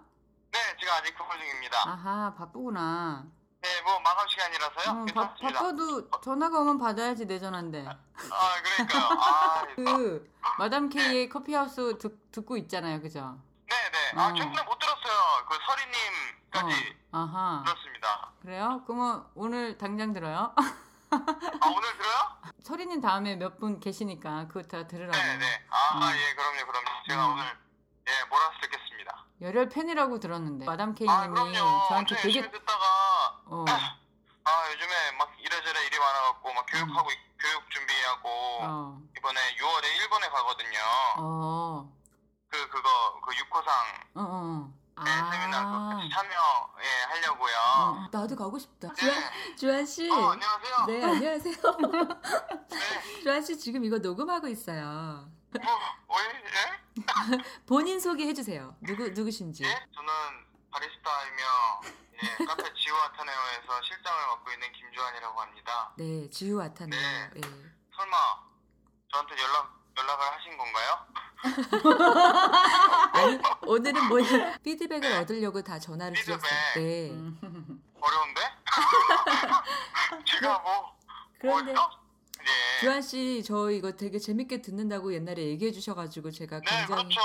네, 지금 아직 근무 중입니다. 아하, 바쁘구나. 네, 뭐 마감 시간이라서요. 어, 바, 괜찮습니다. 바빠도 전화가 오면 받아야지 내 전화인데. 아, 그러니까요. 아, 그, 마담 K의 커피하우스 듣, 듣고 있잖아요, 그죠? 네, 네. 아, 어. 최근에 못 들었어요. 그 서리님까지 어, 아하. 들었습니다. 그래요? 그러면 오늘 당장 들어요? 아, 오늘 들어요? 서리님 다음에 몇 분 계시니까 그거 다 들으라고. 네, 네. 아, 음. 예, 그럼요, 그럼요. 제가 음. 오늘 예 몰아서 듣겠습니다. 열혈 팬이라고 들었는데 마담 아, K님이 그럼요. 예, 저한테 엄청 되게 열심히 듣다가 어, 아, 요즘에 막 이래저래 일이 많아갖고 막 교육하고 있- 교육 준비하고 어, 이번에 6월에 일본에 가거든요. 어, 어, 그 그거 그 육호상 어, 어. 네, 세미나 아, 같이 참여 예 하려고요. 어, 나도 가고 싶다. 네. 주한, 주한 씨. 어, 안녕하세요. 네, 안녕하세요. 네. 주한 씨 지금 이거 녹음하고 있어요. 뭐, 어, 예? 예? 네. 본인 소개해 주세요. 누구 누구신지. 예? 저는 바리스타이며 예, 카페 지우 아타네오에서 실장을 맡고 있는 김주환이라고 합니다. 네, 지우 아타네요. 네. 예. 설마 저한테 연락 연락을 하신 건가요? 아니, 오늘은 뭐냐? 피드백을 얻으려고 다 전화를 피드백. 드렸어요. 네. 음. 어려운데? 제가 뭐 그런데 뭐였죠? 예. 주한 씨, 저 이거 되게 재밌게 듣는다고 옛날에 얘기해 주셔가지고 제가 네, 굉장히 그렇죠.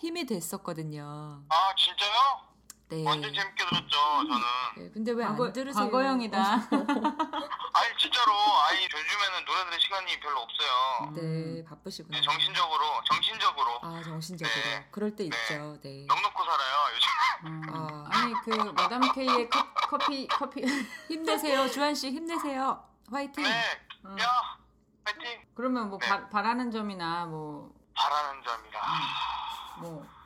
힘이 됐었거든요. 아, 진짜요? 네. 완전 재밌게 들었죠, 저는. 네, 근데 왜 안 과거, 들으세요? 과거형이다. 아니, 진짜로. 아니, 요즘에는 노래 들을 시간이 별로 없어요. 음. 네, 바쁘시구나. 네, 정신적으로, 정신적으로. 아, 정신적으로. 네. 그럴 때 네. 있죠. 네. 넉넉고 살아요, 요즘. 음. 아. 아니 그 마담 K의 컵, 커피 커피. 힘내세요, 주한 씨. 힘내세요. 화이팅. 네. 음. 야, 파이팅! 그러면 뭐 네. 바, 바라는 점이나 뭐 뭐 바라는 점이라. 음. 아,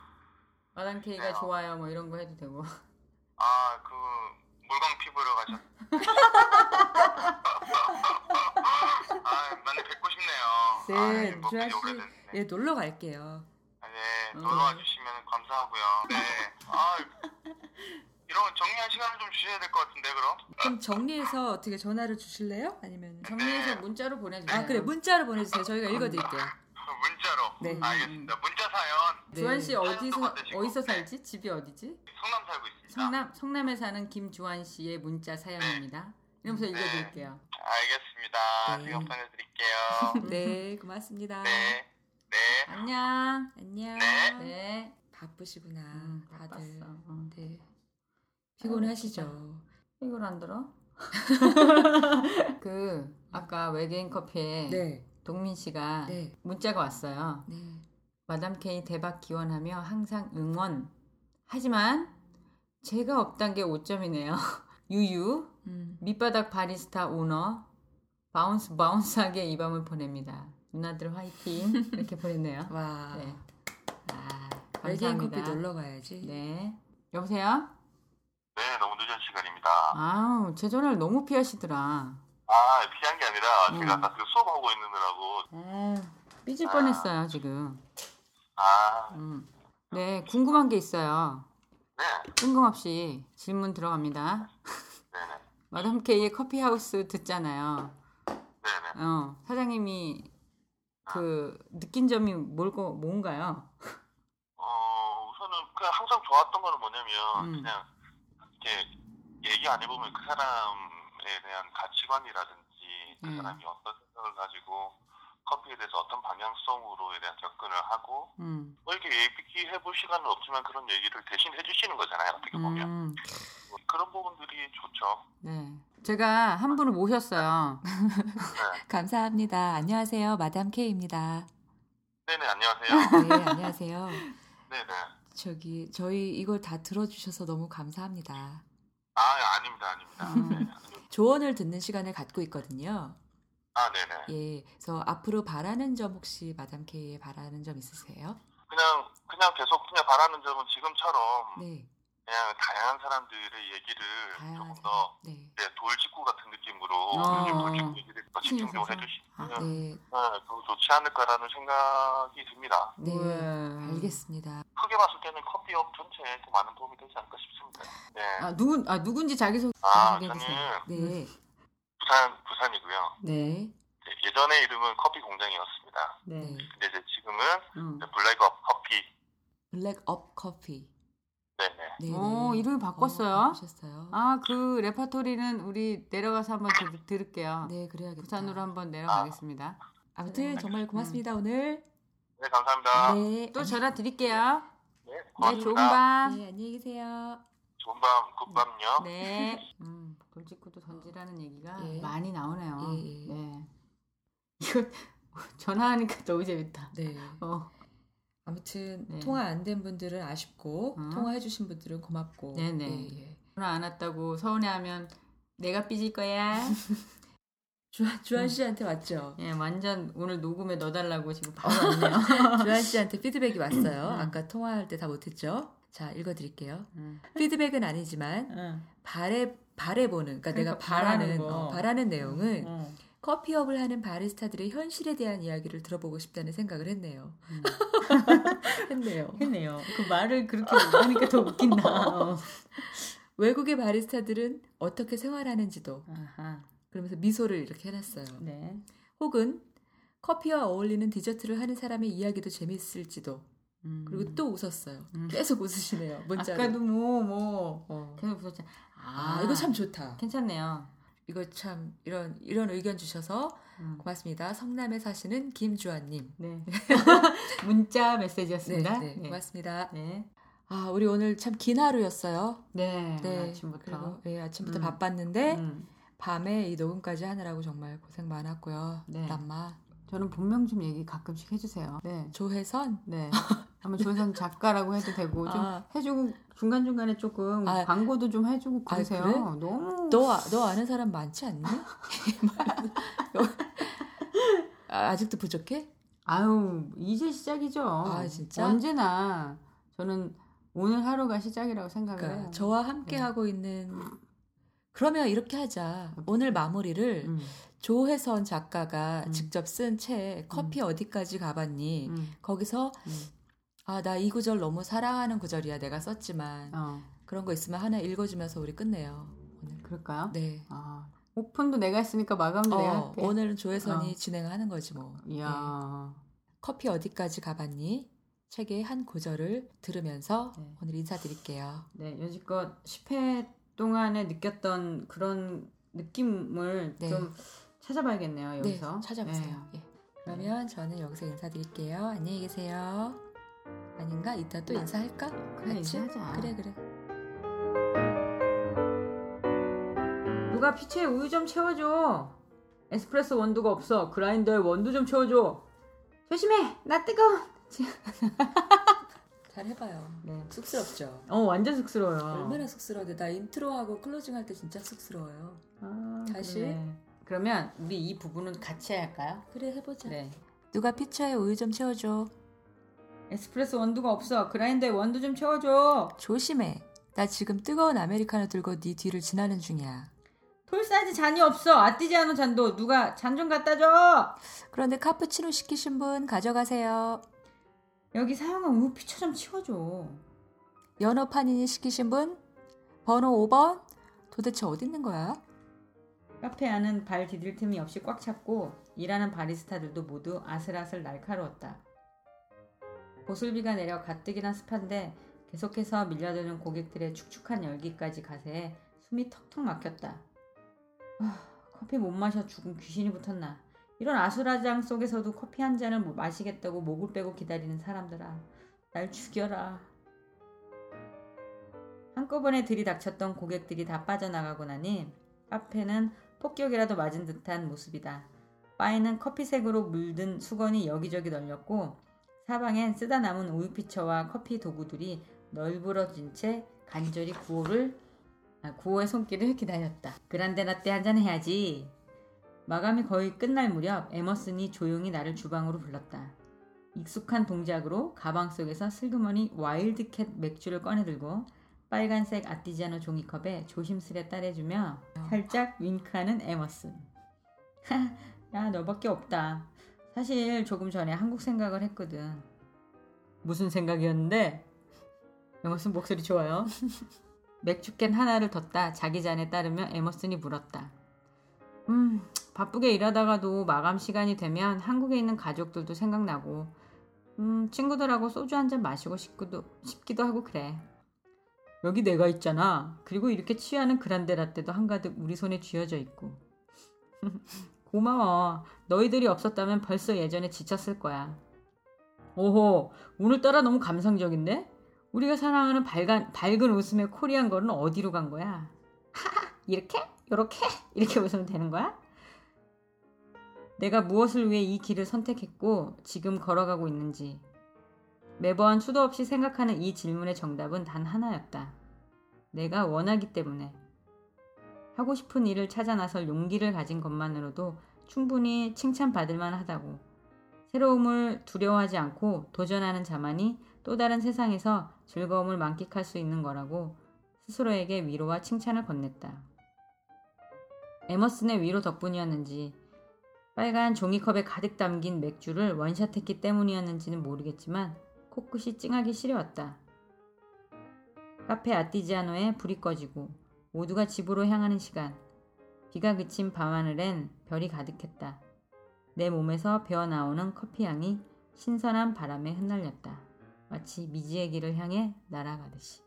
마담 K가 네. 좋아요 뭐 이런 거 해도 되고. 아, 그, 물광 피부로 가셨. 아, 많이 뵙고 싶네요. 네, 아, 뭐 주아 그리 씨. 오래됐네. 예, 놀러 갈게요. 아, 네, 음. 놀러와 주시면 감사하고요. 네. 아, 이런 정리할 시간을 좀 주셔야 될 것 같은데, 그럼? 그럼 정리해서 어떻게 전화를 주실래요? 아니면 정리해서 문자로 보내주세요. 아 그래 문자로 보내주세요. 저희가 읽어드릴게요. 문자로. 네. 알겠습니다. 문자 사연. 네. 주한 씨 어디서 받으시고. 네. 어디서 살지? 집이 어디지? 성남 살고 있습니다. 성남 성남에 사는 김주한 씨의 문자 사연입니다. 이러면서 네. 읽어드릴게요. 알겠습니다. 네. 제가 보내드릴게요. 네, 고맙습니다. 네. 네. 안녕. 안녕. 네. 바쁘시구나. 음, 다들. 바빴어. 응. 네. 피곤하시죠. 이걸 안 들어? 그 아까 외계인 커피에 네. 동민 씨가 네. 문자가 왔어요. 네. 마담 K 대박 기원하며 항상 응원. 하지만 제가 없단 게 오점이네요. 유유 음. 밑바닥 바리스타 오너 바운스 바운스하게 이 밤을 보냅니다. 누나들 화이팅 이렇게 보냈네요. 와. 네. 아, 외계인 커피 감사합니다. 놀러 가야지. 네. 여보세요? 네, 너무 늦은 시간입니다. 아우, 제 전화를 너무 피하시더라. 아, 피한 게 아니라 음. 제가 아까 그 수업하고 있느라고. 아, 삐질 뻔했어요, 지금. 아, 음. 네, 궁금한 게 있어요. 네. 뜬금없이 질문 들어갑니다. 네네. 마담 K의 커피하우스 듣잖아요. 네네. 어, 사장님이 그 느낀 점이 뭘고 뭔가요? 어, 우선은 그냥 항상 좋았던 거는 뭐냐면 음. 그냥 이렇게 얘기 안 해보면 그 사람에 대한 가치관이라든지 그 음. 사람이 어떤 생각을 가지고 커피에 대해서 어떤 방향성으로에 대한 접근을 하고 음. 뭐 이렇게 얘기해 볼 시간은 없지만 그런 얘기를 대신 해주시는 거잖아요 어떻게 보면 음. 뭐 그런 부분들이 좋죠 네. 제가 한 분을 모셨어요. 감사합니다. 안녕하세요. 마담 K입니다. 네네 음. 안녕하세요 네, 안녕하세요. 네네 저기 저희 이걸 다 들어주셔서 너무 감사합니다. 아 아닙니다 아닙니다 음. 네. 조언을 듣는 시간을 갖고 있거든요. 아 네네 예, 그래서 앞으로 바라는 점 혹시 마담 K에 바라는 점 있으세요? 그냥 그냥 계속 그냥 바라는 점은 지금처럼 네, 그냥 다양한 사람들의 얘기를 다양한 조금 더 네, 네, 돌직구 같은 느낌으로 어. 요즘 돌직구 얘기를 더 집중적으로 세상에. 해주시면 네, 네, 그거 좋지 않을까라는 생각이 듭니다. 네, 우와. 알겠습니다. 크게 봤을 때는 커피업 전체에 더 많은 도움이 되지 않을까 싶습니다. 네. 아, 누군, 아, 누군지 자기소개 아, 소개해 저는 주세요. 네, 부산, 부산이고요. 네. 네, 예전에 이름은 커피 공장이었습니다. 네. 네, 근데 이제 지금은 음. 이제 블랙업 커피. 블랙업 커피. 네네. 네, 오, 네. 이름을 어, 바꿨어요. 바꾸셨어요? 아, 그 레파토리는 우리 내려가서 한번 들, 들을게요. 네, 그래야겠다. 부산으로 아. 한번 내려가겠습니다. 아무튼 정말 고맙습니다 오늘. 네, 감사합니다. 네, 네, 또 전화 드릴게요. 네, 좋은 고맙습니다. 밤. 네, 안녕히 계세요. 좋은 밤, 굿밤요. 네. 음, 돌직구도 던지라는 얘기가 예. 많이 나오네요. 예, 예. 네. 이거 전화하니까 너무 재밌다. 네. 어, 아무튼 네. 통화 안 된 분들은 아쉽고 어. 통화해주신 분들은 고맙고. 네네. 예, 예. 전화 안 왔다고 서운해하면 내가 삐질 거야. 주한 주한 씨한테 왔죠. 예, 완전 오늘 녹음에 넣어달라고 지금 바로 왔네요. 주한 씨한테 피드백이 왔어요. 아까 통화할 때 다 못했죠. 자 읽어드릴게요. 음. 피드백은 아니지만 응, 바래 바래 보는 음. 그러니까, 그러니까 내가 바라는 바라는 음. 거. 어, 바라는 내용은 응. 커피업을 하는 바리스타들의 현실에 대한 이야기를 들어보고 싶다는 생각을 했네요. 음. 했네요. 했네요. 그 말을 그렇게 하니까 더 웃긴다. 어. 외국의 바리스타들은 어떻게 생활하는지도 아하, 그러면서 미소를 이렇게 해놨어요. 네. 혹은 커피와 어울리는 디저트를 하는 사람의 이야기도 재밌을지도 음. 그리고 또 웃었어요. 음. 계속 웃으시네요. 문자로. 아까도 뭐, 뭐, 어. 계속 웃었잖아. 아, 이거 참 좋다. 괜찮네요. 이거 참 이런 이런 의견 주셔서 음. 고맙습니다. 성남에 사시는 김주환님. 네. 문자 메시지였습니다. 네, 고맙습니다. 네. 아, 우리 오늘 참 긴 하루였어요. 네, 네, 오늘 아침부터. 그리고 예, 아침부터 음. 네? 바빴는데 음. 밤에 이 녹음까지 하느라고 정말 고생 많았고요. 네. 남마 저는 본명 좀 얘기 가끔씩 해주세요. 네. 조혜선 네. 한번 조선 작가라고 해도 되고, 좀 아. 해주고, 중간중간에 조금 아. 광고도 좀 해주고 아, 그러세요. 그래? 너무. 너, 아- 너 아는 사람 많지 않니? 아, 아직도 부족해? 아유, 이제 시작이죠. 아, 진짜? 언제나 저는 오늘 하루가 시작이라고 생각을 그러니까 해요. 저와 함께 아, 네. 하고 있는 그러면 이렇게 하자. 오늘 마무리를 음, 조혜선 작가가 음. 직접 쓴 책 커피 어디까지 가봤니? 음, 거기서 음. 아 나 이 구절 너무 사랑하는 구절이야 내가 썼지만 어, 그런 거 있으면 하나 읽어주면서 우리 끝내요 오늘. 그럴까요? 네. 아, 오픈도 내가 했으니까 마감도 내가 어, 할게. 오늘은 조혜선이 어. 진행하는 거지 뭐. 네. 이야. 커피 어디까지 가봤니? 책의 한 구절을 들으면서 네. 오늘 인사드릴게요. 네, 여지껏 10회 동안에 느꼈던 그런 느낌을 네. 좀 찾아봐야겠네요, 여기서. 네, 찾아보세요. 예. 그러면 저는 여기서 인사드릴게요. 안녕히 계세요. 아닌가? 이따 또 인사할까? 그래, 인사하자. 그래 그래. 네. 누가 피치에 우유 좀 채워줘. 에스프레소 원두가 없어. 그라인더에 원두 좀 채워줘. 조심해! 나 뜨거워! 잘 해봐요. 네. 쑥스럽죠. 어, 완전 쑥스러워요. 얼마나 쑥스러워요. 나 인트로하고 클로징할 때 진짜 쑥스러워요. 아, 다시? 그러네. 그러면 우리 이 부분은 같이 할까요? 그래 해보자. 네. 누가 피처에 우유 좀 채워줘. 에스프레소 원두가 없어. 그라인더에 원두 좀 채워줘. 조심해. 나 지금 뜨거운 아메리카노 들고 네 뒤를 지나는 중이야. 톨 사이즈 잔이 없어. 아티지아노 잔도 누가 잔 좀 갖다 줘. 그런데 카푸치노 시키신 분 가져가세요. 여기 사용한 우유 피처 좀 치워줘. 연어 파니니 시키신 분 번호 5번 도대체 어디 있는 거야? 카페 안은 발 디딜 틈이 없이 꽉 찼고 일하는 바리스타들도 모두 아슬아슬 날카로웠다. 보슬비가 내려 가뜩이나 습한데 계속해서 밀려드는 고객들의 축축한 열기까지 가세 숨이 턱턱 막혔다. 아, 커피 못 마셔 죽은 귀신이 붙었나. 이런 아수라장 속에서도 커피 한 잔을 뭐 마시겠다고 목을 빼고 기다리는 사람들아. 날 죽여라. 한꺼번에 들이닥쳤던 고객들이 다 빠져나가고 나니 카페는 폭격이라도 맞은 듯한 모습이다. 바에는 커피색으로 물든 수건이 여기저기 널렸고 사방엔 쓰다 남은 우유피처와 커피 도구들이 널브러진 채 간절히 구호를 아, 구호의 손길을 기다렸다. 그란데 라떼 한잔 해야지. 마감이 거의 끝날 무렵 에머슨이 조용히 나를 주방으로 불렀다. 익숙한 동작으로 가방 속에서 슬그머니 와일드캣 맥주를 꺼내들고 빨간색 아티지아노 종이컵에 조심스레 따래주며 살짝 윙크하는 에머슨. 야 너밖에 없다. 사실 조금 전에 한국 생각을 했거든. 무슨 생각이었는데? 에머슨 목소리 좋아요. 맥주캔 하나를 뒀다 자기 잔에 따르며 에머슨이 물었다. 음, 바쁘게 일하다가도 마감 시간이 되면 한국에 있는 가족들도 생각나고, 음, 친구들하고 소주 한 잔 마시고 싶기도, 싶기도 하고 그래. 여기 내가 있잖아. 그리고 이렇게 취하는 그란데 라떼도 한가득 우리 손에 쥐어져 있고. 고마워. 너희들이 없었다면 벌써 예전에 지쳤을 거야. 오호, 오늘따라 너무 감성적인데? 우리가 사랑하는 밝은, 밝은 웃음의 코리안 걸은 어디로 간 거야? 하하, 이렇게? 요렇게? 이렇게 웃으면 되는 거야? 내가 무엇을 위해 이 길을 선택했고 지금 걸어가고 있는지 매번 수도 없이 생각하는 이 질문의 정답은 단 하나였다. 내가 원하기 때문에 하고 싶은 일을 찾아 나설 용기를 가진 것만으로도 충분히 칭찬받을 만하다고. 새로움을 두려워하지 않고 도전하는 자만이 또 다른 세상에서 즐거움을 만끽할 수 있는 거라고 스스로에게 위로와 칭찬을 건넸다. 에머슨의 위로 덕분이었는지 빨간 종이컵에 가득 담긴 맥주를 원샷했기 때문이었는지는 모르겠지만 코끝이 찡하게 시려왔다. 카페 아티지아노에 불이 꺼지고 모두가 집으로 향하는 시간. 비가 그친 밤하늘엔 별이 가득했다. 내 몸에서 배어나오는 커피향이 신선한 바람에 흩날렸다. 마치 미지의 길을 향해 날아가듯이.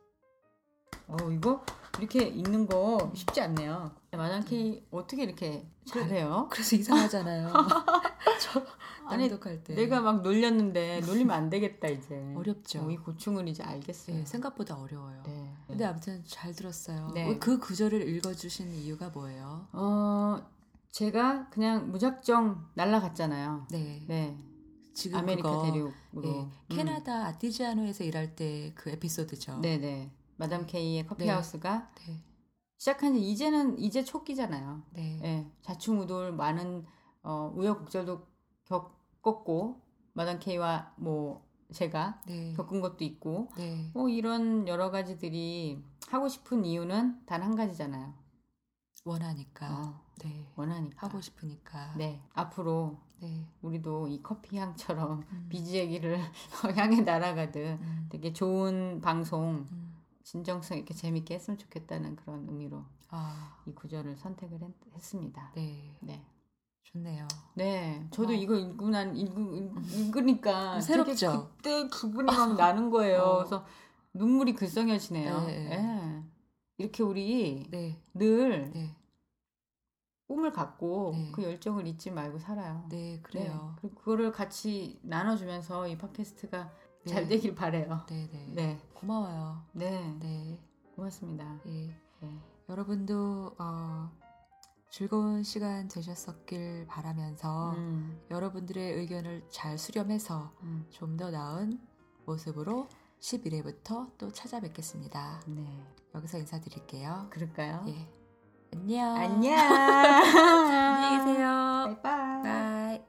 어 이거 이렇게 읽는 거 쉽지 않네요. 마당 K 어떻게 이렇게 잘해요? 그래서 이상하잖아요. 저 아니, 단독할 때 네. 내가 막 놀렸는데 놀리면 안 되겠다 이제. 어렵죠. 네. 어, 이 고충을 이제 알겠어요. 네, 생각보다 어려워요. 네. 근데 아무튼 잘 들었어요. 네. 그 구절을 읽어주신 이유가 뭐예요? 어 제가 그냥 무작정 날라갔잖아요. 네, 네. 지금 아메리카 그거, 대륙으로. 음. 예, 캐나다 아티지아노에서 일할 때 그 에피소드죠. 음. 네네. 마담 K의 네. 커피하우스가 네, 시작한 지 이제는 이제 초기잖아요. 네. 예, 좌충우돌 많은 어, 우여곡절도 겪었고 마담 K와 뭐 제가 네. 겪은 것도 있고 네. 뭐 이런 여러 가지들이 하고 싶은 이유는 단 한 가지잖아요. 원하니까. 어, 네. 원하니까. 하고 싶으니까. 아. 네. 앞으로 네. 우리도 이 커피 향처럼 음. 비지의 네. 길을 향해 날아가듯 음. 되게 좋은 방송 음. 진정성 있게 재밌게 했으면 좋겠다는 그런 의미로 아, 이 구절을 선택을 했, 습니다 네. 네. 좋네요. 네. 저도 어. 이거 읽고 난 읽고 읽으니까 되게 새롭죠? 그때 기분이 막 나는 거예요. 어. 그래서 눈물이 글썽여지네요. 네, 네. 예. 이렇게 우리 네. 늘 네. 꿈을 갖고 네. 그 열정을 잊지 말고 살아요. 네, 그래요. 네. 그리고 그거를 같이 나눠주면서 이 팟캐스트가 네. 잘 되길 바래요. 네, 네. 네. 고마워요. 네. 네. 고맙습니다. 예. 네. 여러분도 어, 즐거운 시간 되셨었길 바라면서 음, 여러분들의 의견을 잘 수렴해서 음. 좀 더 나은 모습으로 11회부터 또 찾아뵙겠습니다. 네. 여기서 인사드릴게요. 그럴까요? 예. 안녕. 안녕. 안녕히 계세요. 바이바이. 바이.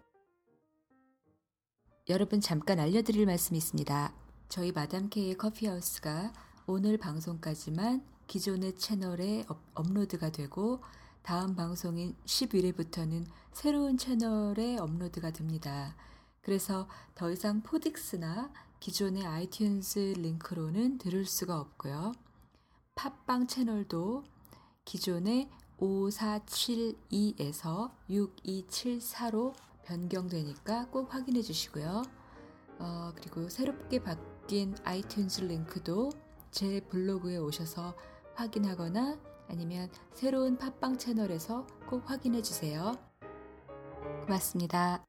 여러분 잠깐 알려드릴 말씀이 있습니다. 저희 마담 K의 커피하우스가 오늘 방송까지만 기존의 채널에 업, 업로드가 되고 다음 방송인 11회부터는 새로운 채널에 업로드가 됩니다. 그래서 더 이상 포딕스나 기존의 아이튠즈 링크로는 들을 수가 없고요. 팟빵 채널도 기존의 5472에서 6274로 변경되니까 꼭 확인해 주시고요. 어, 그리고 새롭게 바뀐 긴 아이튠즈 링크도 제 블로그에 오셔서 확인하거나 아니면 새로운 팟빵 채널에서 꼭 확인해 주세요. 고맙습니다.